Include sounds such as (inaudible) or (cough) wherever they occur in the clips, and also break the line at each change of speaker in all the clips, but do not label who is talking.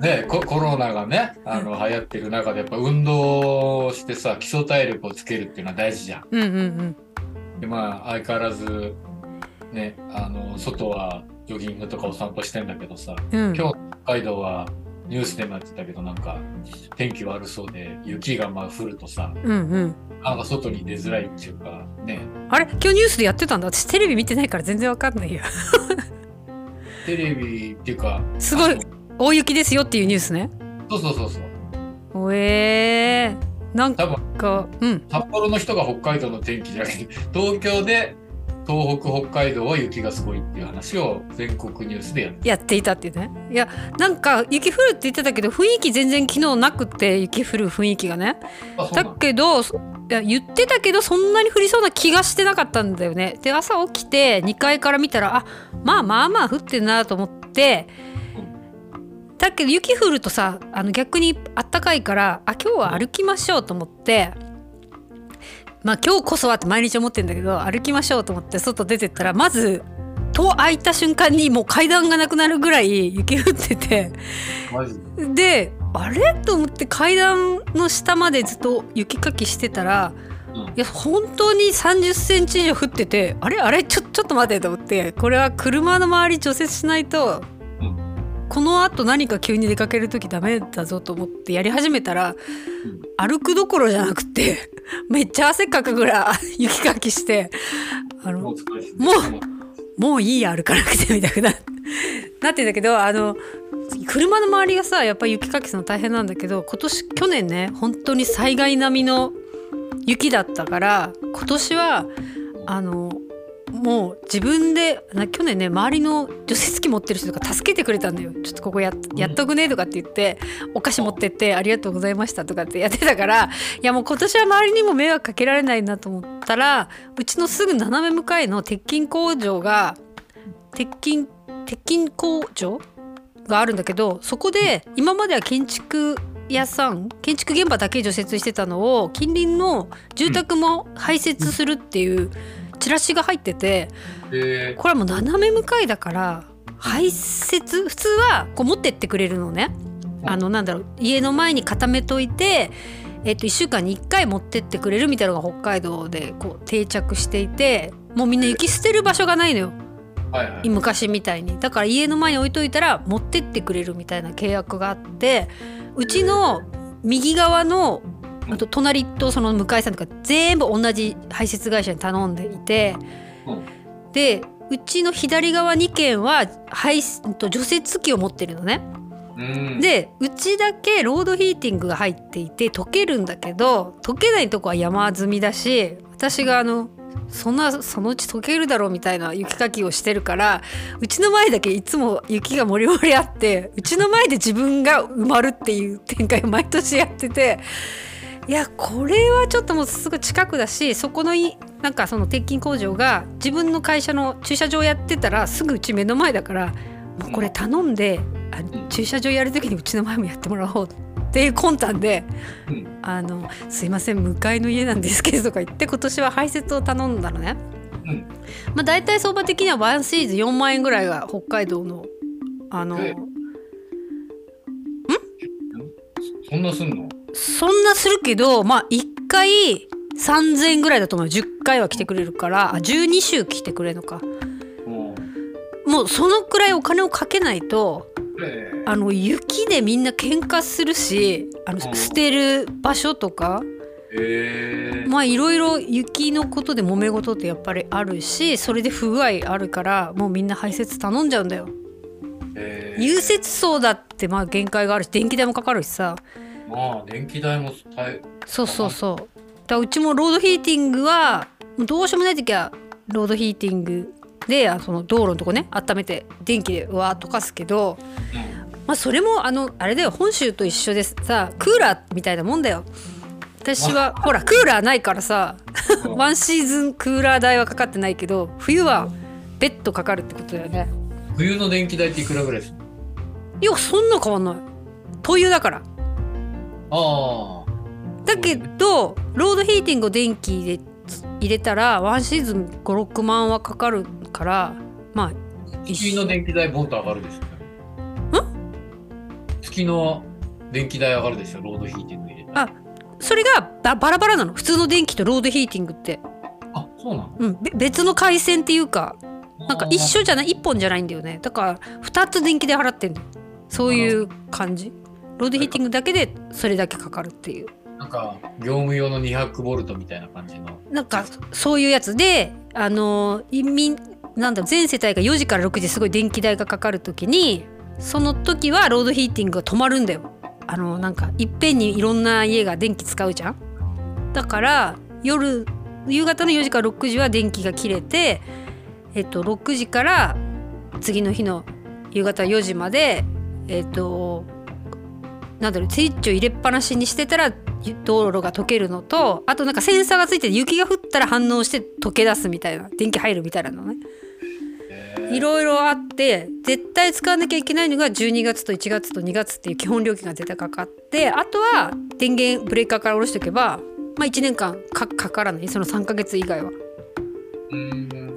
ねコ、コロナがねあの流行ってる中でやっぱ運動をしてさ基礎体力をつけるっていうのは大事じゃん。
うんうん
でまあ相変わらずねあの外はジョギングとかお散歩してんだけどさ
うんうん。
今日北海道はニュースでもやってたけどなんか天気悪そうで雪がまあ降るとさ
うんうん。
なんか外に出づらいっていうかね
あれ今日ニュースでやってたんだ。私テレビ見てないから全然わかんないよ。 (laughs)
テレビっていうか
すごい
あの
大雪ですよっていうニュースね。
そうそうそうそう
おえー、なん
多分
か、うん。
札幌の人が北海道の天気じゃなくて東京で東北北海道は雪がすごいっていう話を全国ニュースでやる
やっていたっていうね。いや、なんか雪降るって言ってたけど、雰囲気全然昨日なくて、雪降る雰囲気がね。
あそうな
だ
の
けどそいや言ってたけどそんなに降りそうな気がしてなかったんだよね。で朝起きて2階から見たらあまあまあまあ降ってんなと思ってだけど雪降るとさあの逆にあったかいからあ今日は歩きましょうと思って。まあ今日こそはって毎日思ってんだけど歩きましょうと思って外出てったらまず戸開いた瞬間にもう階段がなくなるぐらい雪降ってて
マジで
であれと思って階段の下までずっと雪かきしてたら
うん
いや本当に3 0ンチ以上降っててあれあれちょちょっと待てと思ってこれは車の周り除雪しないと、
うん
このあと何か急に出かける時ダメだぞと思ってやり始めたら、歩くどころじゃなくてめっちゃ汗かくぐらい雪かきしてあの
もう疲れてる
ももういいや歩かなくてみたいななってんだけどあの車の周りがさやっぱり雪かきするの大変なんだけど今年去年ね本当に災害並みの雪だったから今年はあのもう自分でな去年ね周りの除雪機持ってる人とか助けてくれたんだよ「ちょっとここやっやっとくね」とかって言って「お菓子持ってってありがとうございました」とかってやってたからいやもう今年は周りにも迷惑かけられないなと思ったらうちのすぐ斜め向かいの鉄筋工場が鉄筋鉄筋工場があるんだけどそこで今までは建築屋さん建築現場だけ除雪してたのを近隣の住宅も排雪するっていうチラシが入ってて
で
これはもう斜め向かいだから排雪普通はこう持ってってくれるのねあのなんだろう家の前に固めといて、えっと、1週間に1回持ってってくれるみたいなのが北海道でこう定着していてもうみんな雪捨てる場所がないのよ。
はいはい
昔みたいにだから家の前に置いといたら持ってってくれるみたいな契約があってうちの右側のあと隣とその向かいさんとか全部同じ排泄会社に頼んでいて
うん
でうちの左側2軒は排すうんと除雪機を持ってるのね。
うん
でうちだけロードヒーティングが入っていて溶けるんだけど溶けないとこは山積みだし私があのそんなそのうち溶けるだろうみたいな雪かきをしてるからうちの前だけいつも雪がもりもりあってうちの前で自分が埋まるっていう展開を毎年やってていやこれはちょっともうすぐ近くだしそこのいなんかその鉄筋工場が自分の会社の駐車場やってたらすぐうち目の前だからもうこれ頼んであ
ん
駐車場やる時にうちの前もやってもらおうっていう魂胆で
うん
「あのすいません向かいの家なんですけど」とか言って今年は排泄を頼んだのね。
うん
まあ、大体相場的にはワンシーズン4万円ぐらいが北海道のあの
えそんなすんの
そんなするけどまあ1回3,000円ぐらいだと思うよ10回は来てくれるからあ12週来てくれるのか
うん
もうそのくらいお金をかけないと
え
あの雪でみんな喧嘩するしあの
うん
捨てる場所とか
ーえー
まあいろいろ雪のことで揉め事ってやっぱりあるしそれで不具合あるからもうみんな排泄頼んじゃうんだよ。
えー
融雪槽だってまあ限界があるし電気代もかかるしさ
まあ電気代も大
そうそうそうだからうちもロードヒーティングはどうしようもない時はロードヒーティングであその道路のとこね温めて電気でうわーっとかすけど、まあ、それもあのあれだよ本州と一緒ですさクーラーみたいなもんだよ私はほらクーラーないからさ
うん
(laughs) ワンシーズンクーラー代はかかってないけど冬はベッドかかるってことだよね
冬の電気代っていくらぐらいでする
いやそんな変わんない灯油だから
ああ
だけどロードヒーティングを電気で入れたらワンシーズン56万はかかるからまあ
月の電気代ボンと上がるでしょ月月の電気代上がるでしょ、ロードヒーティング入れたら。
あそれがババラバラなの普通の電気とロードヒーティングって、
あ、そうなの
うん、べ別の回線っていうかなんか一
緒
緒じゃない一本じゃないんだよねだから2つ電気で払ってんのそういう感じロードヒーティングだけでそれだけかかるっていう
なんか、業務用の200ボルトみたいな感じの。
なんかそういうやつであのーみんなんだろう全世帯が4時から6時すごい電気代がかかる時にその時はロードヒーティングが止まるんだよあのーなんかいっぺんにいろんな家が電気使うじゃんだから夜夕方の4時から6時は電気が切れてえっと6時から次の日の夕方4時までえっとなんだろうスイッチを入れっぱなしにしてたら道路が溶けるのとあとなんかセンサーがついてて雪が降ったら反応して溶け出すみたいな電気入るみたいなのね
え
いろいろあって絶対使わなきゃいけないのが12月と1月と2月っていう基本料金が絶対かかってあとは電源ブレーカーから下ろしておけば、まあ、1年間かかからないその3ヶ月以外は。
ー、う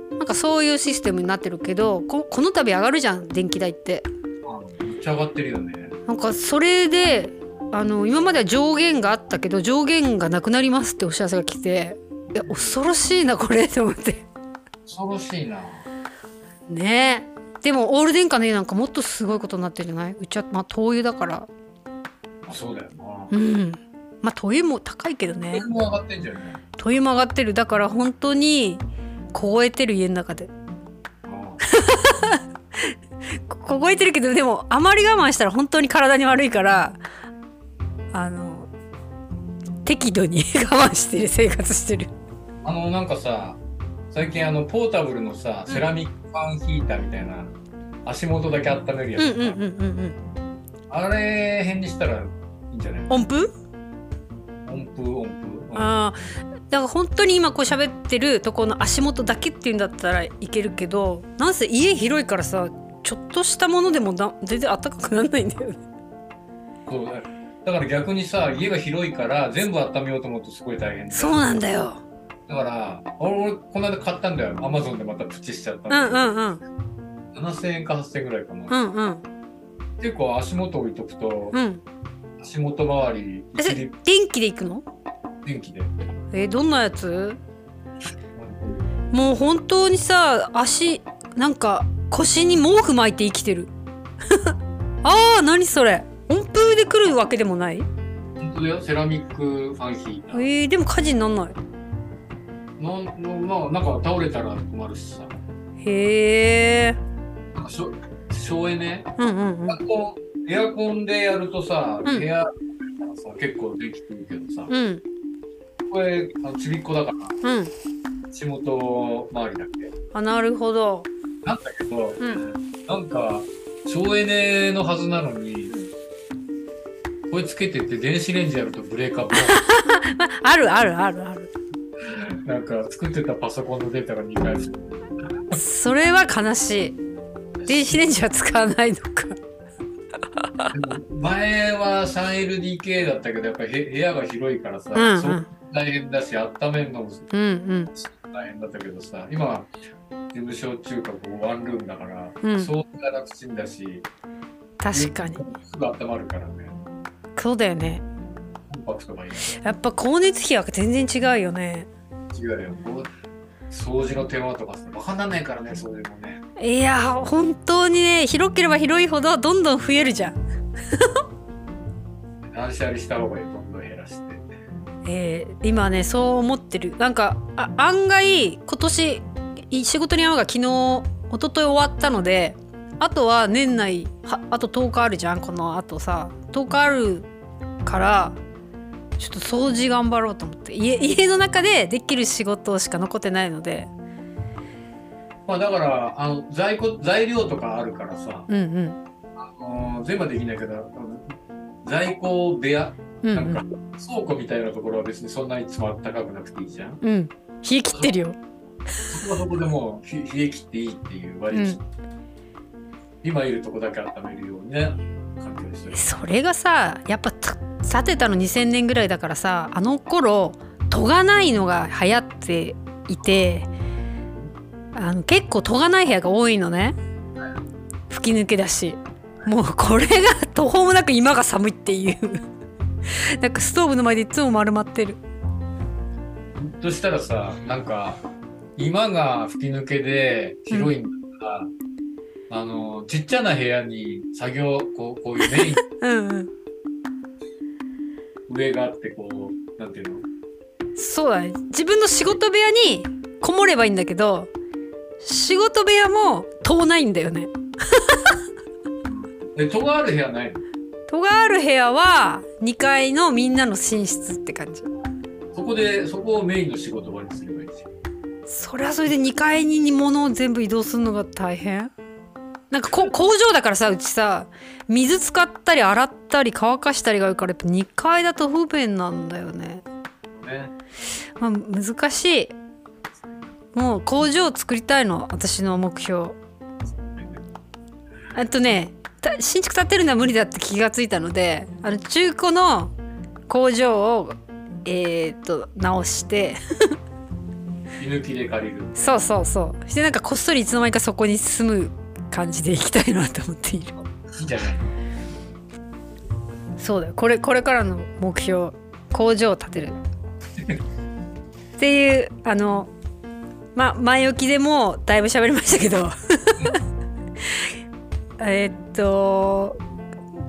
ーん。
なんかそういうシステムになってるけどここの度上がるじゃん電気代って。
あめっちゃ上がってるよね。
なんかそれであの今までは上限があったけど上限がなくなりますってお知らせが来ていや恐ろしいなこれと思って
恐ろしいな。
(laughs) ねえでもオール電化の家なんかもっとすごいことになってるじゃないうちはまあ灯油だから
あそうだよな。
うんまあ灯油も高いけど
これ
ね
も上がってんじゃんね。
灯油も上がってるだから本当に凍えてる家の中で
うん
こ凍えてるけどでもあまり我慢したら本当に体に悪いからあの適度に (laughs) 我慢して生活してる
あのなんかさ最近あのポータブルのさ
うん
セラミックファンヒーターみたいな、足元だけ温めるや
うん
つ、
うんうんうんうん
あれ変にしたらいいんじゃない
音符
音符音符うん
あーだから本当に今こう喋ってるとこの足元だけっていうんだったらいけるけどなんせ家広いからさちょっとしたものでもな全然暖かくならないんだよね。
そうだよだから逆にさ家が広いから全部温めようと思うとすごい大変で
(laughs) そうなんだよ。
だから俺俺この間買ったんだよアマゾンでまたプチしちゃった
うん
だ
ん
けど、
うんうん
7000円か8000円ぐらいか
う
な、
んうん
結構足元置いとくと、
うん。
足元周り
えそ
一
れ
律
電気で行くの？
電気で
えどんなやつ？もう本当にさ足なんか腰に毛布巻いて生きてる。 (laughs) ああ何それ。温風で来るわけでもない？
本当だよセラミックファンヒーター
えー、でも火事になんない。
なんまあなんか倒れたら困るしさ
へえ。
なんかしょ省エネ
うんうんうん
エア。コンエアコンでやるとさ、
うん
部屋さ結構できてるけどさ、
うん
これあのちびっこだから
うん。
仕事周りだっけ
あなるほど。
なんだけど、
うん
なんか省エネのはずなのにこれつけてて電子レンジやるとブレーカーボ
あるあるあるある。
ンなんか作ってたパソコンのデータが2回復
それは悲しい。電子レンジは使わないのか。
前は 3LDK だったけどやっぱり部部屋が広いからさ、
うんうん
そう大変だし温めるのも
うんうん
大変だったけどさ今事務所中華こうワンルームだから、
うん
掃除が楽ちんだし
確かに。
すぐ温まるからね
そうだよね。
コンパクトがいい
やっぱ光熱費は全然違うよね。
違うよこう掃除の手間とかさ分かんないからね掃除もね
いやー本当にね広ければ広いほどどんどん増えるじゃん。
断捨離した方がいいどんどん減らして
えー、今ねそう思ってる。なんかあ案外今年い仕事に合うが昨日一昨日終わったのであとは年内はあと10日あるじゃんこのあとさ10日あるからちょっと掃除頑張ろうと思って家家の中でできる仕事しか残ってないので
まあだからあの在庫材料とかあるからさ、
うんうん
あの全部はできないけどあの在庫部屋
うん
なんか倉庫みたいなところは別にそんなにいつもあったかくなくていいじゃん
うんうん冷え切ってるよ
そこはそこでもうひ冷え切っていいっていう割り切って、今いるとこだけ温めるような環境にしてる。
それがさやっぱた建てたの2000年ぐらいだからさあの頃研がないのが流行っていてあの結構研がない部屋が多いのね吹き抜けだしもうこれが途方もなく今が寒いっていう (laughs) なんかストーブの前でいつも丸まってる
そしたらさなんか今が吹き抜けで広いんだから、あのちっちゃな部屋に作業こうこういうメイン
うんうん
上があってこうなんていうの
そうだね自分の仕事部屋にこもればいいんだけど仕事部屋も遠ないんだよね
え戸がある部屋ないの
戸がある部屋は2階のみんなの寝室って感じ
そこでそこをメインの仕事場にすればいいし
それはそれで2階に物を全部移動するのが大変なんかこ工場だからさうちさ水使ったり洗ったり乾かしたりがあるからやっぱ2階だと不便なんだよね
ね
まあ難しいもう工場を作りたいの私の目標あとねた新築建てるのは無理だって気がついたのであの中古の工場をえー、と直して
居抜きで借りる
そうそうそうしてなんかこっそりいつの間にかそこに住む感じで行きたいなと思っている
いいじゃない
そうだよこれこれからの目標工場を建てるっていうあのま前置きでもうだいぶ喋りましたけど (laughs) えっと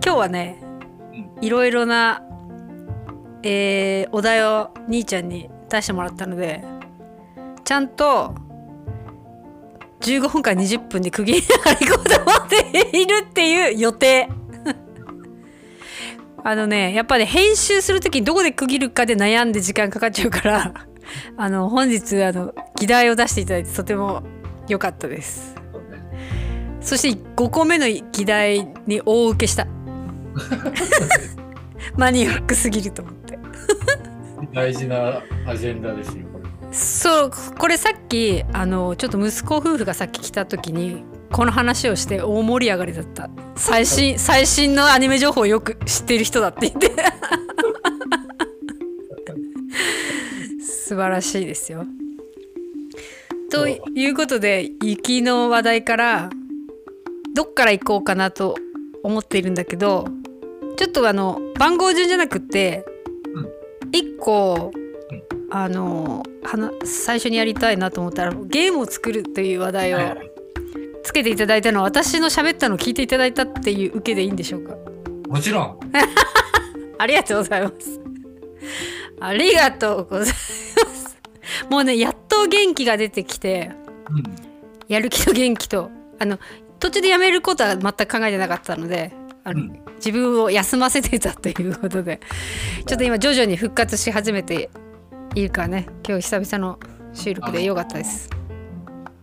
今日はねいろいろな、えーお題を兄ちゃんに出してもらったのでちゃんと15分から20分で区切りながら行こうと思っているっていう予定。あのね、やっぱね、編集するときにどこで区切るかで悩んで時間かかっちゃうから、 (laughs) あの、本日、あの、議題を出していただいてとても良かったです。
そうね
そして5個目の議題に大受けした。マニアックすぎると思って。
大事なアジェンダですよ、これ。
そう、これさっき、あの、ちょっと息子夫婦がさっき来たときに、この話をして大盛り上がりだった。最新、最新のアニメ情報をよく知ってる人だって言って。素晴らしいですよ。ということで雪の話題からどっから行こうかなと思っているんだけどちょっとあの番号順じゃなくて
うん
一個
うん
あの話最初にやりたいなと思ったらゲームを作るという話題を
はいはい
つけていただいたのは私の喋ったのを聞いていただいたっていう受けでいいんでしょうか
もちろん、
ありがとうございます。ありがとうございます。もうね、やっと元気が出てきて、やる気と元気と、あの、途中でやめることは全く考えてなかったので、あ
う
の、
ん
自分を休ませてたということで、ちょっと今徐々に復活し始めているからね、今日久々の収録で良かったです。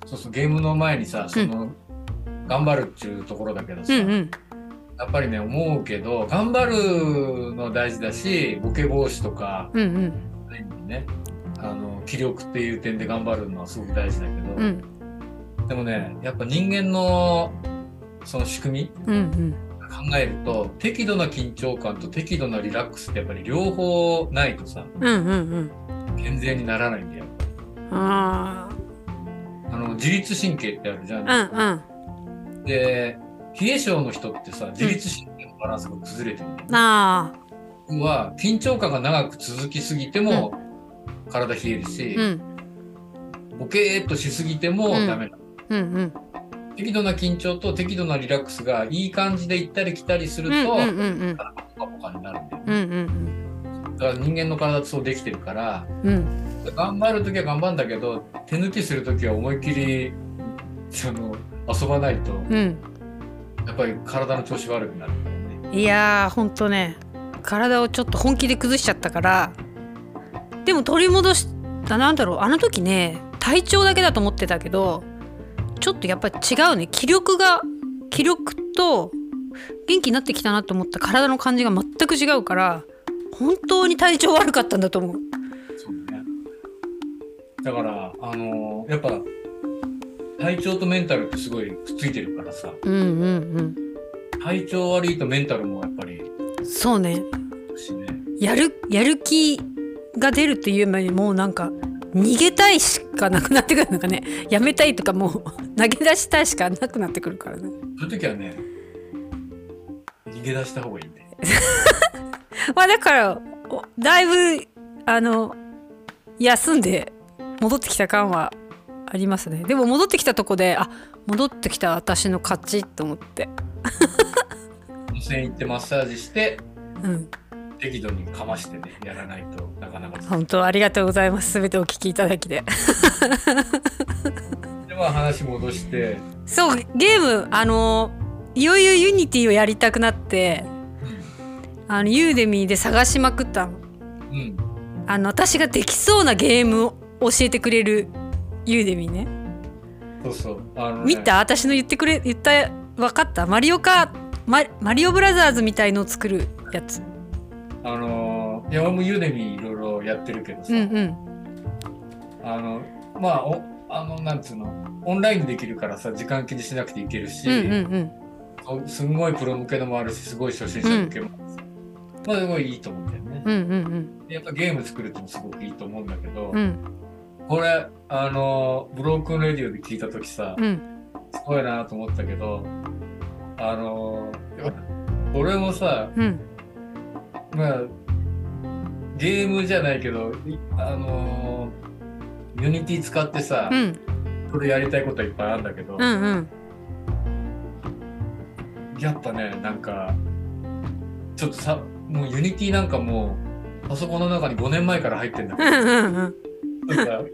そうそう、ゲームの前にさ、その、頑張るっていうところだけど
う
さ、
んうん。
やっぱりね、思うけど、頑張るの大事だし、ボケ防止とか、
うんうん。
ね、あの、気力っていう点で頑張るのはすごく大事だけど、
うん
でもね、やっぱ人間の、その仕組み
うんうん。
考えると、適度な緊張感と適度なリラックスってやっぱり両方ないとさ、
うんうん
健全にならないんだよ。
うん。あ
あの、自律神経ってあるじゃん。
あ。うんうん。
で冷え性の人ってさ自律神経のバランスが崩れてるんだよね、
ああ。
要は緊張感が長く続きすぎても、体冷えるし、
うん
ボケーっとしすぎても
うん
ダメなの、
うんうん。
適度な緊張と適度なリラックスがいい感じで行ったり来たりする
う
と、
んうんうん
ポカポカになるんだよ
うんうんうん
だから人間の体ってそうできてるから
うん
頑張る時は頑張るんだけど手抜きする時は思いっきりその遊ばないと
うん
やっぱり体の調子悪くなるからね
いやーほんとね体をちょっと本気で崩しちゃったからでも取り戻したなんだろうあの時ね体調だけだと思ってたけどちょっとやっぱり違うね気力が気力と元気になってきたなと思った体の感じが全く違うから本当に体調悪かったんだと思う。
そうね。だから、あのやっぱ、体調とメンタルってすごいくっついてるからさ、
うんうん
体調悪いとメンタルもやっぱり、
うん。そうね
しね。
やるやる気が出るという前にもうなんか逃げたいしかなくなってくるのかね (laughs) やめたいとかもう投げ出したいしかなくなってくるからね
そういう時はね、逃げ出した方がいいみたいな。
まあだからおだいぶあの休んで戻ってきた感はありますねでも戻ってきたとこであ戻ってきた私の勝ちと思って
温泉行ってマッサージして、
うん
適度にかましてね、やらないとなかなか。
本当ありがとうございます全てお聞きいただきで
では話戻して、
そうゲームあのいよいよユニティをやりたくなってあのユーデミーで探しまくったの
うん、
あの私ができそうなゲームを教えてくれるユーデミーね
そうそう。あのね
見た私の言ってくれ言った分かったマリオカママリオブラザーズみたいのを作るやつ
あのー、いや俺もユーデミーいろいろやってるけどさ、
うんうん
あの、まあ、おあの、なんつうの、オンラインできるからさ、時間気にしなくていけるし、
うんうん
おすんごいプロ向けのもあるし、すごい初心者向けもあるし、まあ、すごいいいと思うんだよね。
うんうんうん
やっぱゲーム作るってもすごくいいと思うんだけど、
うん
これ、あのー、ブロークンレディオで聞いたときさ、
うん
すごいなと思ったけど、あのー、俺もさ、
うん
まあ、ゲームじゃないけど、いあのー、ユニティ使ってさ
う、ん
これやりたいことはいっぱいあるんだけど、
うんうん
やっぱね、なんか、ちょっとさ、もうユニティなんかもう、パソコンの中に5年前から入ってんだけ
うんうんうん
ど、なんか、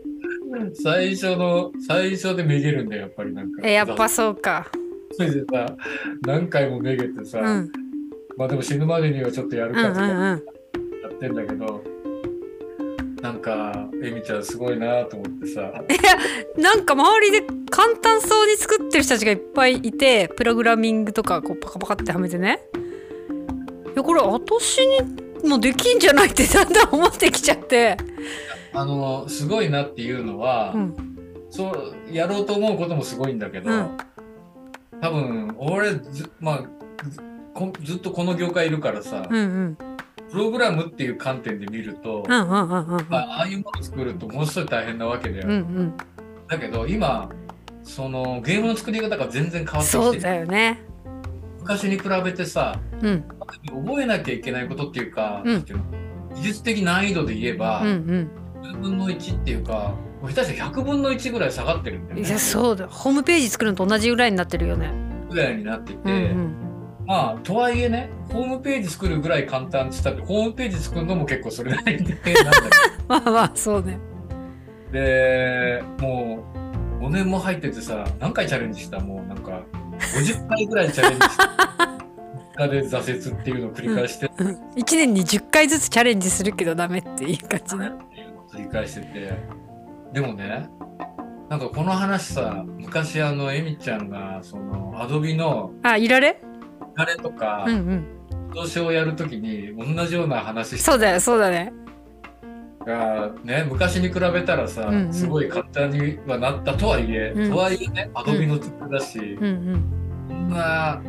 最初の、最初でめげるんだよ、やっぱりなんか。
えやっぱそうか
それでさ、何回もめげてさ、
うん
まあでも死ぬまでにはちょっとやる
う
かと
んう
かや
んうん
ってんだけど、なんか、えみちゃんすごいなと思って
(laughs)
さ、
なんか周りで簡単そうに作ってる人たちがいっぱいいてプログラミングとかこうパカパカってはめてねいやこれ私にもできんじゃないってだんだん思ってきちゃって
あの、すごいなっていうのは、
うん
そうやろうと思うこともすごいんだけど、
うん
多分俺ず,、まあ、ずこずっとこの業界いるからさ、
うんうん
プログラムっていう観点で見ると、
うんうんうんうんうん
まあ、ああいうもの作るとものすごい大変なわけだよ、
うんうん
だけど今そのゲームの作り方が全然変わって
そ
き
う
て
だ
る
よね。
昔に比べてさ
うん
覚えなきゃいけないことっていうか、
うん
なんていうの技術的難易度で言えば、
うん
10分の1っていうかもう下手したら100分の1ぐらい下がってるんだ
う
よ
ん。
ね
いやそうだ。ホームページ作るのと同じぐらいになってるよね。
ぐらいになってて、
うんうん。
まあ、とはいえね、ホームページ作るぐらい簡単って言ったって、ホームページ作るのも結構それなりに大変なんだ
まあまあそうね。 (laughs)
けどで、もう、5年も入っててさ、何回チャレンジしたもうなんか、50回ぐらいチャレンジ
(laughs)
した。3日で挫折っていうのを繰り返して、
うん一年に十回ずつチャレンジするけどダメっていう感じね。
っていうのを繰り返してて、でもね、なんかこの話さ、昔あの、エミちゃんが、その、アドビの、
あいられ？
あれとか
うんう、ん。
投資をやるときに、同じような話して
そうだよそうだね。
がね、昔に比べたらさ、
うんうん
すごい簡単にはなったとはいえ、
うん
とはいえねアドビの作りだし、
うんうん。
そんな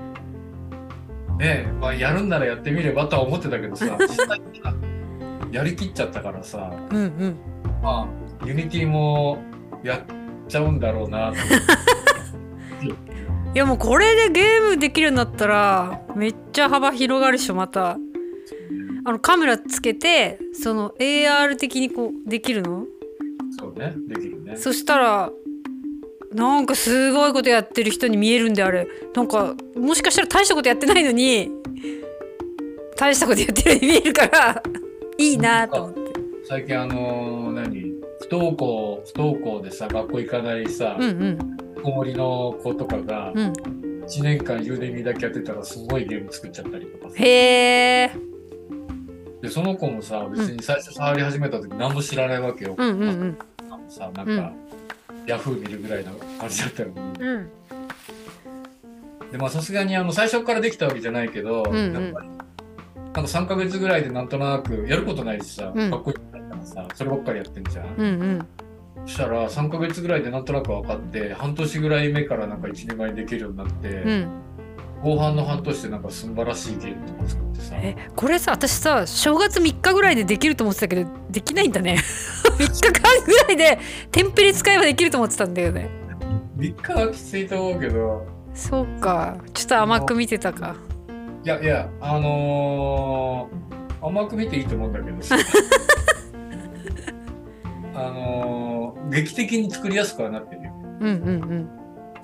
ねまあ、やるんならやってみればとは思ってたけど
(laughs)
さ実際にさやりきっちゃったからさ
うんうん。
まあユニティもやっちゃうんだろうなと思って
いやもうこれでゲームできるようになったらめっちゃ幅広がるっしょまた。あのカメラつけてその AR 的にこうできるの？
そうねできるね。
そしたらなんかすごいことやってる人に見えるんであれなんかもしかしたら大したことやってないのに大したことやってるように見えるから (laughs) いいなと思って
最近あのー何不登校不登校でさ学校行かないさ、
うんうん
引きこもりの子とかが、
うん
1年間ユーデミだけやってたらすごいゲーム作っちゃったりとかさ
へえ
でその子もさ別に最初触り始めた時何も知らないわけよ、
うんうんうん
さなんか、ヤフー見るぐらいの感じだったのに
うん
でまあさすがにあの最初からできたわけじゃないけど、
んうん
やっぱりなんか3ヶ月ぐらいでなんとなくやることないしさ、
うん
かっこいいからさそればっかりやってんじゃん、
うんうん
そしたら3ヶ月ぐらいでなんとなく分かって半年ぐらい目からなんか1人前にできるようになって、
うん
後半の半年でなんか素晴らしいゲームとか作ってさ
えこれさ私さ正月3日ぐらいでできると思ってたけどできないんだね3 (laughs) 日間ぐらいでテンプレ使えばできると思ってたんだよね
3日はきついと思うけど
そうかちょっと甘く見てたか
いいやいや、あのー甘く見ていいと思うんだけど
(laughs)
あのー劇的に作りやすくはなってるよ。
うんうん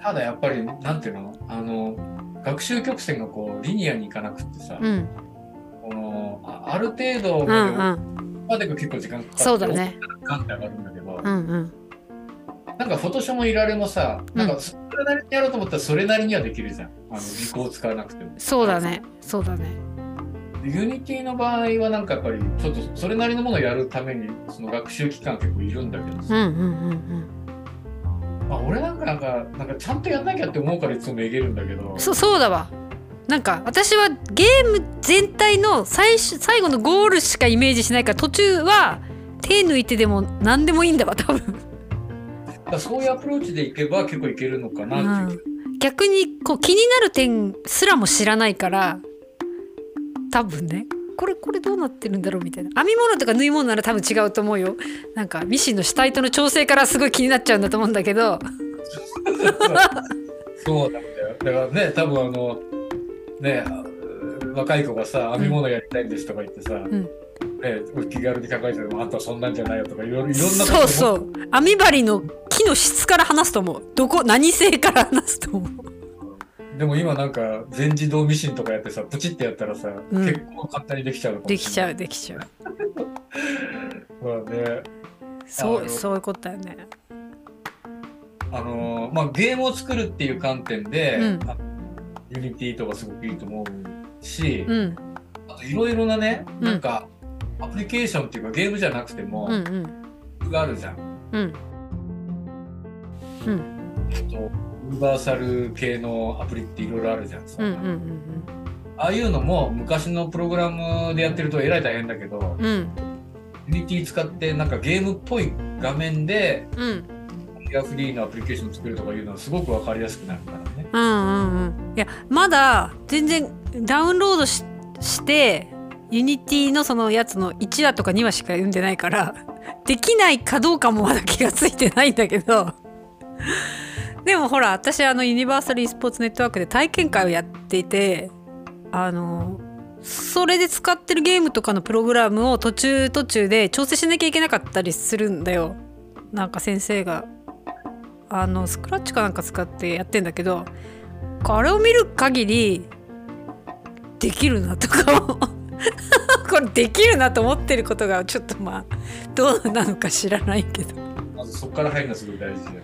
ただやっぱり、なんていうのあの、学習曲線がこう、リニアに行かなくってさ、
うんうん
このあある程度
う
ま
ん
で
うん
までが結構時間かかって、
そうだね
ガンって上がるんだけど、
うんうん
なんかフォトショーもいられもさ、
うん
なんかそれなりにやろうと思ったらそれなりにはできるじゃん。あの、時効を使わなくても。
そうだねそうだね
ユニティの場合はなんかやっぱりちょっとそれなりのものをやるためにその学習期間結構いるんだけど
う
さ、
んうんうん
まあ、俺なんかなんかなんかちゃんとやんなきゃって思うからいつもめげるんだけど
うんそそうだわなんか私はゲーム全体の最終最後のゴールしかイメージしないから途中は手抜いてでも何でもいいんだわ多分
だからそういうアプローチでいけば結構いけるのかなっていう、
逆にこう気になる点すらも知らないから多分ねこれこれどうなってるんだろうみたいな編み物とか縫い物なら多分違うと思うよなんかミシンの死体との調整からすごい気になっちゃうんだと思うんだけど
そうなんだよだからね多分あのねあ若い子がさ編み物やりたいんですとか言ってさ、
ん
ね、お気軽に考えてもあとはそんなんじゃないよとかいろいろいろんなこと
そうそう編み針の木の質から話すと思うどこ何製から話すと思う
でも今なんか全自動ミシンとかやってさプチってやったらさ、
うん
結構簡単にできちゃうのかも
できち
う
ゃうできちゃう
まあね、
そ
あ
う
の
そういうことだよね
あのーまあゲームを作るっていう観点で、
うん
あユニティとかすごくいいと思うし、
うん
あといろいろなね、
ん
なんかアプリケーションっていうかゲームじゃなくても
う、んうん
があるじゃん。
うん
えっとユニバーサル系のアプリっていろいろあるじゃんさ、
うんうん
ああいうのも昔のプログラムでやってるとえらい大変だけど、
うんうん
ユニティ使ってなんかゲームっぽい画面で
うんうん
エアフリーのアプリケーション作るとかいうのはすごくわかりやすくなるからね。
うんうんうんいやまだ全然ダウンロードししてユニティのそのやつの1話とか2話しか読んでないから (laughs) できないかどうかもまだ気がついてないんだけど (laughs) でもほら私あのユニバーサル e スポーツネットワークで体験会をやっていてあのそれで使ってるゲームとかのプログラムを途中途中で調整しなきゃいけなかったりするんだよなんか先生があのスクラッチかなんか使ってやってんだけどあれを見る限りできるなとか思う (laughs) これできるなと思ってることがちょっとまあどうなのか知らないけど。
まずそこから入るのはすごい大事だよね。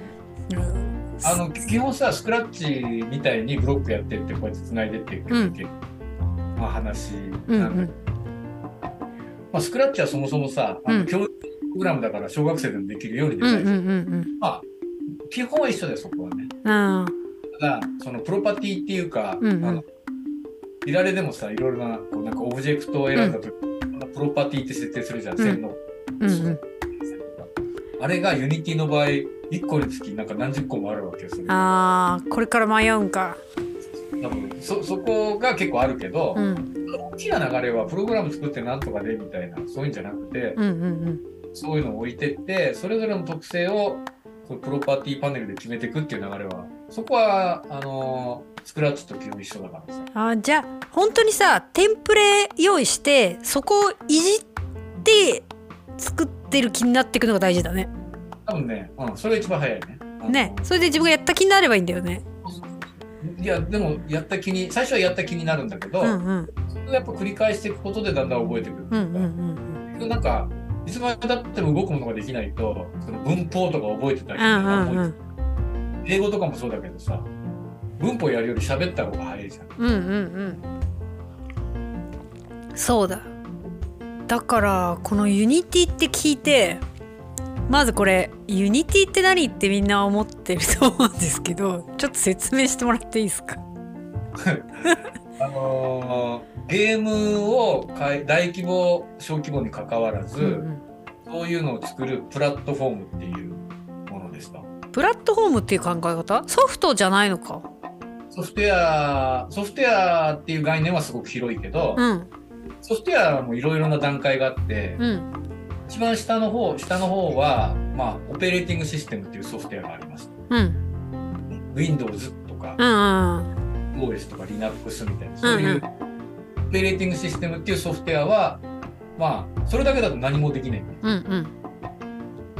うん
あの基本さスクラッチみたいにブロックやってってこうやって繋いでっていくっていう、まあ、話
うんう
なんだけど、
ん
まあ、スクラッチはそもそもさあ
うん
の教育プログラムだから小学生でもできるようにでき
うん
な
う
い、
んうん
まあ基本は一緒だよそこはね
うん
ただそのプロパティっていうか、
うんうん
あのいられでもさいろいろなこうなんかオブジェクトを選んだ時、このプロパティって設定するじゃん、
うん
線の
うんうん
あれがユニティの場合1個につきなんか何十個もあるわけよそれ
うんあーこれから迷うんか。
多分そそこが結構あるけど、
うん
大きな流れはプログラム作ってなんとかでみたいなそういうんじゃなくて、
うんうん
そういうのを置いてってそれぞれの特性をこのプロパティパネルで決めていくっていう流れはそこはあのースクラッチと基本一緒だからさ
うん。あーじゃあ本当にさテンプレ用意してそこをいじって作ってる気になっていくのが大事だね。
多分ね、うん、それが一番早いね。あの
ねそれで自分がやった気になればいいんだよね。
いやでもやった気に最初はやった気になるんだけど、
うんうん
それをやっぱ繰り返していくことでだんだん覚えてくるって
う
い
ん
う
うん
か、
うん。
結局なんかいつまでたっても動くものができないとその文法とか覚えてたりと
うんう
か、
んうん
英語とかもそうだけどさ文法やるより喋った方が早いじゃん。
うんうんうんそうだだからこのユニティって聞いてまずこれユニティって何ってみんな思ってると思うんですけどちょっと説明してもらっていいですか
あのーゲームをかい大規模小規模にかかわらず、
うん
そういうのを作るプラットフォームっていうものですか。
うんプラットフォームっていう考え方ソフトじゃないのか
ソフトウェアソフトウェアっていう概念はすごく広いけど、
うん
ソフトウェアもいろいろな段階があって、
うん
一番下の方下の方は、まあ、オペレーティングシステムっていうソフトウェアがあります。
うん
Windows とか
うん
OS とか Linux みたいなそういううッペレーティングシステムっていうソフトウェアは、まあ、それだけだと何もできない。
うんうん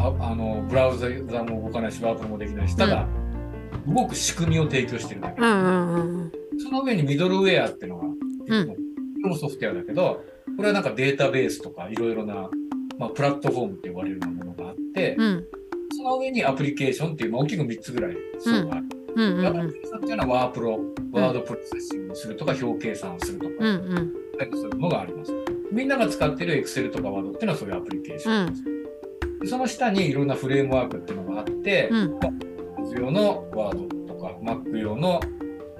ああのブラウザも動かないし、ワープもできないし、ただ、動く仕組みを提供してるだけ。
うんうんうん
その上にミドルウェアっていうのが、
うん
これもソフトウェアだけど、これはなんかデータベースとかいろいろな、まあ、プラットフォームって呼ばれるようなものがあって、
うん
その上にアプリケーションっていう、まあ、大きく3つぐらい層がある。
うんうん
ア
う
プ
ん
リケーションっていうのはワープロ、ワードプロセッシングするとか、表計算をするとか、
うんうん
そういうのがあります。みんなが使ってる Excel とかワードっていうのはそういうアプリケーションです。でその下にいろんなフレームワークっていうのがあって、
うん
Windows 用のワードとか Mac 用の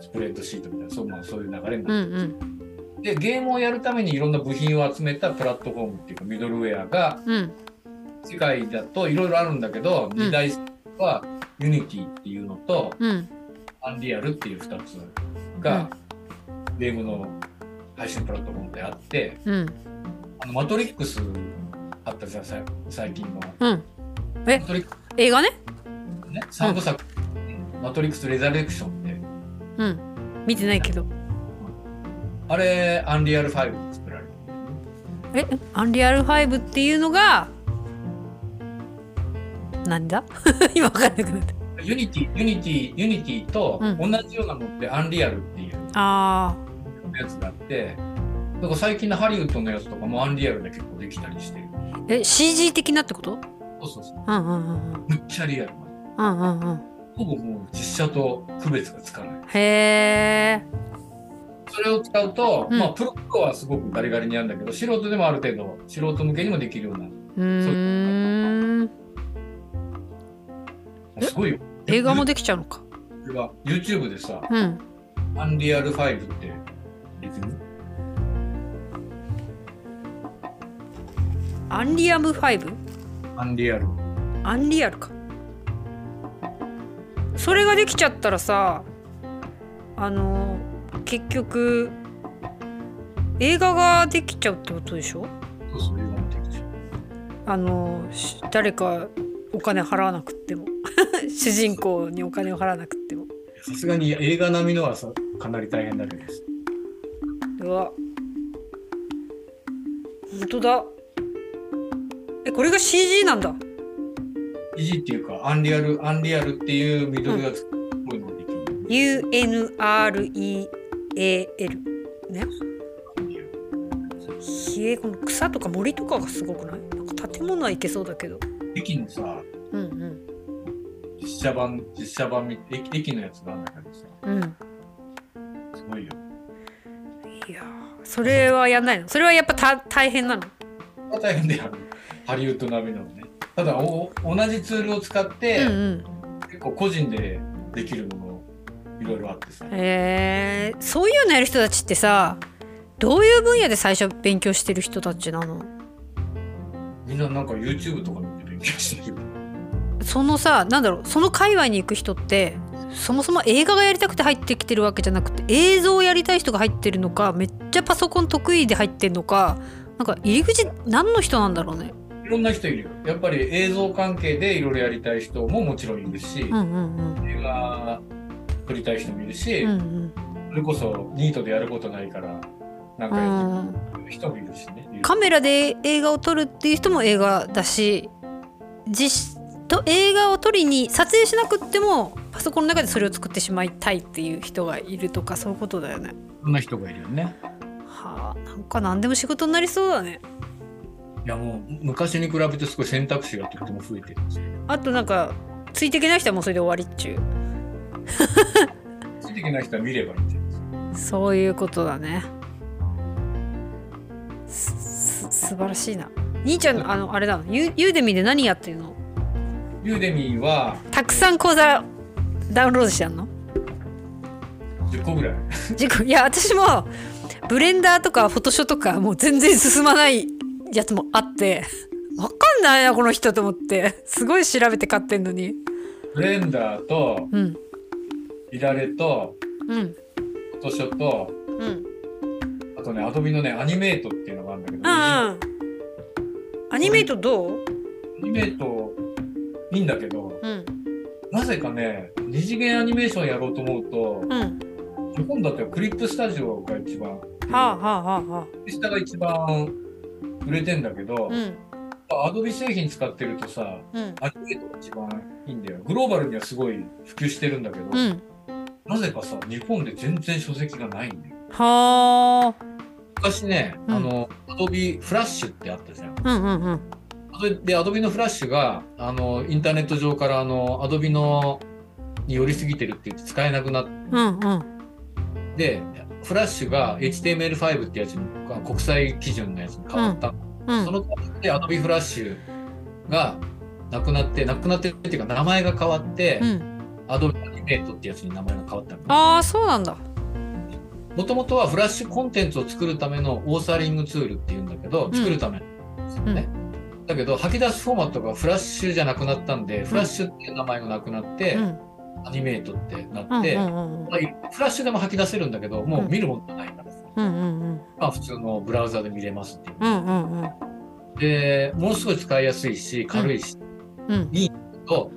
スプレッドシートみたいなそう,、まあ、そういう流れに
う
なって
んうん
る、でゲームをやるためにいろんな部品を集めたプラットフォームっていうかミドルウェアが
うん
世界だといろいろあるんだけど、
ん
二大は Unity っていうのと
うん、
Unreal っていう2つがゲームの配信プラットフォームであって
うん、
あのマトリックスあったじゃん最最近の。
うん。え
マトリック
映画ね。
スね3部作、マトリックス・レザレクションで
うん。見てないけど。
あれアンリアル5で作られてる
え、アンリアルファイブっていうのが。なんだ。 (laughs) 今わかんなくなった。
ユニティ、ユニティ、ユニティと同じようなのってアンリアルっていう
あ
やつがあって、なんか最近のハリウッドのやつとかもアンリアルで結構できたりしてる。
あ。え、C. G. 的なってこと。
そうそうそう。
うんうんうんうん。
むっちゃリアル。
うんうんうん。
ほぼもう実写と区別がつかない。
へえ。
それを使うと、
うん
まあプロプロはすごくガリガリにやるんだけど、素人でもある程度、素人向けにもできるような、
うーん。え
すごいよ。
映画もできちゃうのか。
これが YouTube でさ、
うん。
アンリアル5って出てる
アンリアムファイブ。
アンリアル。
アンリアルかそれができちゃったらさあの結局映画ができちゃうってことでしょ
そうそう、映画もできちゃう。
あのし誰かお金払わなくっても (laughs) 主人公にお金を払わなくっても
さすがに映画並みのはさ、かなり大変だけど。
うわ本当だえこれが CG なんだ
維持っていうか、アンリアル、アンリアルっていうミドルがつくこういうのができる。
UNREAL ね
う
ひえこの草とか森とかがすごくないなんか建物はいけそうだけど
ん駅のさ、
うんうん
実写版、実写版み、駅駅のやつがあるんだけどさ、
うん
すごいよ。
いやーそれはやんないのそれはやっぱた大変なの
大変だよ。ハリウッド並みなのね。ただお、同じツールを使って、
うん
結構個人でできるもの、いろいろあってさ。
うんえー、そういうのやる人たちってさどういう分野で最初勉強してる人たちなの
みんななんか YouTube とか見て勉強してる。
そのさなんだろうその界隈に行く人ってそもそも映画がやりたくて入ってきてるわけじゃなくて映像をやりたい人が入ってるのかめっちゃパソコン得意で入ってるのかなんか入り口何の人なんだろうね
いろんな人いるよ。やっぱり映像関係でいろいろやりたい人ももちろんいるし、
うんうん
映画撮りたい人もいるし、
うんうん
それこそニートでやることないからなん
う
かや
んうん
ってる人もいるしね。
カメラで映画を撮るっていう人も映画だし実と映画を撮りに撮影しなくってもパソコンの中でそれを作ってしまいたいっていう人がいるとかそういうことだよね。
いろんな人がいるよね。
はあなんか何でも仕事になりそうだね。
いやもう昔に比べてすごい選択肢がとっても増えてるんですよ。
あとなんかついていけない人はもうそれで終わりっちゅう
ついていけない人は見ればいいんじゃないですか。
そういうことだね。すす素晴らしいな。兄ちゃんあのあれだユユーデミーで何やってるの
ユーデミーは
たくさん講座ダウンロードしてやんの
10個ぐらい。
事 (laughs) 故いや私もブレンダーとかフォトショーとかもう全然進まないやつもあってわかんないなこの人と思ってすごい調べて買ってんのに
ブレンダーと
うん
イラレと
うん
フォトショーと
うんうん
あとねアドビのねアニメートっていうのがあるんだけど、ア
アニメイトどう
ニメートいいんだけど
うん
なぜかね二次元アニメーションやろうと思うと
うん
日本だとクリップスタジオが一番
はあはあはあはあ
下が一番売れてんだけど、
うん
アドビ製品使ってるとさ
うん
アキュレートが一番いいんだよグローバルにはすごい普及してるんだけど、
うん
なぜかさ日本で全然書籍がないんだよ
はあ
昔ね、
うん
あのアドビフラッシュってあったじゃん
うんうんうん
それでアドビのフラッシュがあのインターネット上からあのアドビのに寄りすぎてるって言って使えなくなっ
うんうん
てフラッシュが HTML5 ってやつに国際基準のやつに変わった、
うん
その代わりでアドビフラッシュがなくなってなくなってるっていうか名前が変わって、
うん
アドビアニメートってやつに名前が変わった
ああそうなんだ
もともとはフラッシュコンテンツを作るためのオーサリングツールっていうんだけど
ん
作るためですよね、だけど吐き出すフォーマットがフラッシュじゃなくなったんで、フラッシュっていう名前がなくなって、
うん
アニメートってな
うんうん
って、
うん
まあフラッシュでも吐き出せるんだけどもう見るものがないから、
うんうんうん
まあ、普通のブラウザで見れますっていう
うんうんうん
でものすごい使いやすいし軽いし、
うん
と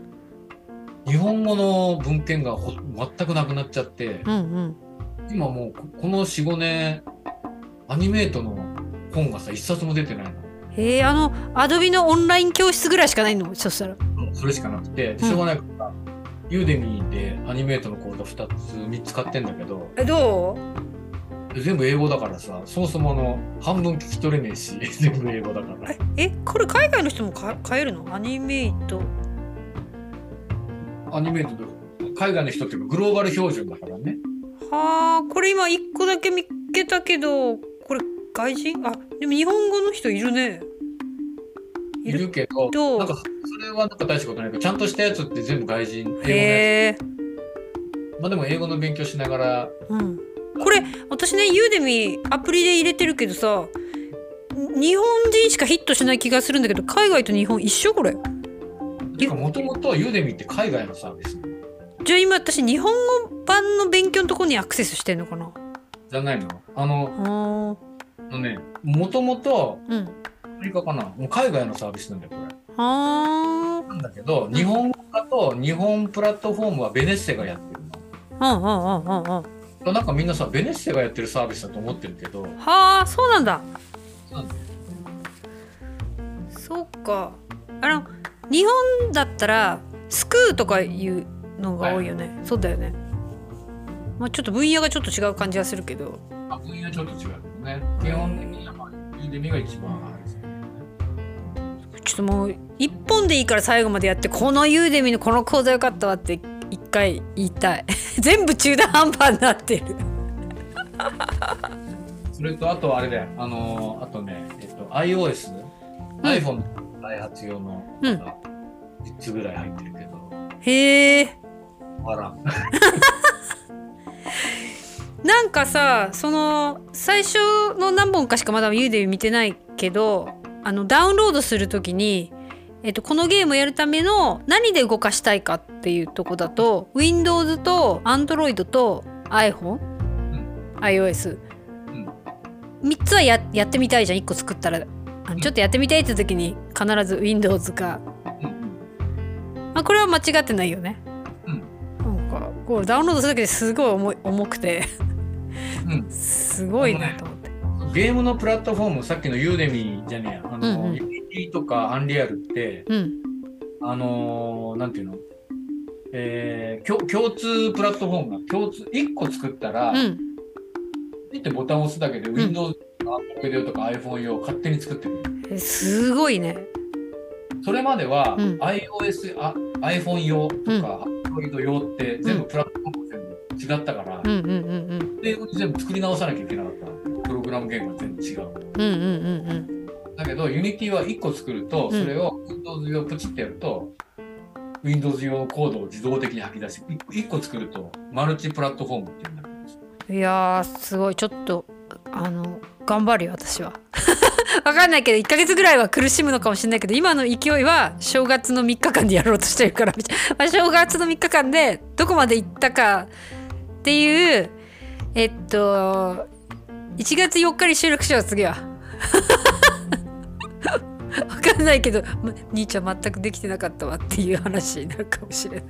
日本語の文献がほ全くなくなっちゃって
うんうん
今もうここの45年アニメートの本がさ一冊も出てないの
へえあのアドビのオンライン教室ぐらいしかないのそしたら
それしかなくてで
うん
しょうがないから、ユーデミーでアニメートの講座2つ3つ買ってんだけど
えどう
全部英語だからさそもそもあの半分聞き取れねえし (laughs) 全部英語だから
えこれ海外の人もか買えるのアニメイト
アニメートで海外の人っていうかグローバル標準だからね
はあこれ今一個だけ見っけたけどこれ外人あでも日本語の人いるね
いるけど
どう
なんかそれはなんか大したことないけどちゃんとしたやつって全部外人英語のやつ
へえ、
まあでも英語の勉強しながら
うん、これ私ねユーデミアプリで入れてるけどさ日本人しかヒットしない気がするんだけど海外と日本一緒これ
てかもともとはユーデミーって海外のサービス
じゃあ今私日本語版の勉強のところにアクセスしてんのかな
じゃないのあの
あ
あのねもともと
ーうん
アメリカかなもう海外のサービスなんだよこれ
あ
なんだけど日本だと日本プラットフォームはベネッセがやってる
ああああああ
のなんかみんなさベネッセがやってるサービスだと思ってるけど
はあそうなんだ
そうなんだ
そうかあの日本だったらスクーとかいうのが多いよね、そうだよねまあちょっと分野がちょっと違う感じがするけど
あ分野ちょっと違うけどね基本的にはまあユーデミーが一番あれですね
ちょっともう一本でいいから最後までやってこのユーデミのこの講座よかったわって一回言いたい全部中途半端になってる
それとあとあれだよあのーあとねえっと iOS、iPhone の開発用の
うん
なんか3つぐらい入ってるけど
へえ
あらん
なんかさその最初の何本かしかまだ U で見てないけどあのダウンロードするときに、えっと、このゲームをやるための何で動かしたいかっていうとこだと Windows と Android と iPhone、iOS、
ん
3つはややってみたいじゃん1個作ったらあのちょっとやってみたいって時に必ず Windows か、
うん
まあ、これは間違ってないよね。なんかこうダウンロードするだけですごい重い重くて
うん
すごいなと思って。
ゲームのプラットフォームさっきのユーデミーじゃねえやあ
うんう
の
ん
ユニティとかアンリアルって
うん、
あのーなんていうのえー、共共通プラットフォームが共通1個作ったら、
うん、
ピッてボタンを押すだけで Windows の Android 用とか iPhone 用を勝手に作ってくれる
えすごいね。
それまでは、
うん
iOS あ iPhone 用とか、Android 用って全部プラットフォーム全部違ったから、
うんうんうん
英語に全部作り直さなきゃいけなかったプログラム言語は全部違う
うんうんうんうんうん。
だけど Unity は1個作ると、
うん
それを Windows 用プチってやると Windows 用コードを自動的に吐き出して 1, 個作るとマルチプラットフォームっていうんだ
いやーすごいちょっとあの頑張るよ私は。 (laughs) わかんないけど1ヶ月ぐらいは苦しむのかもしれないけど今の勢いは正月の3日間でやろうとしてるから (laughs) まあ正月の3日間でどこまで行ったかっていうえっと1月4日に収録しよう次は。 (laughs) わかんないけど、ま兄ちゃん全くできてなかったわっていう話になるかもしれない。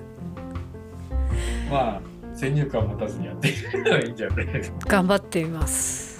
まあ先入観を持たずにやっていけばいいんじゃないか
頑張ってみます。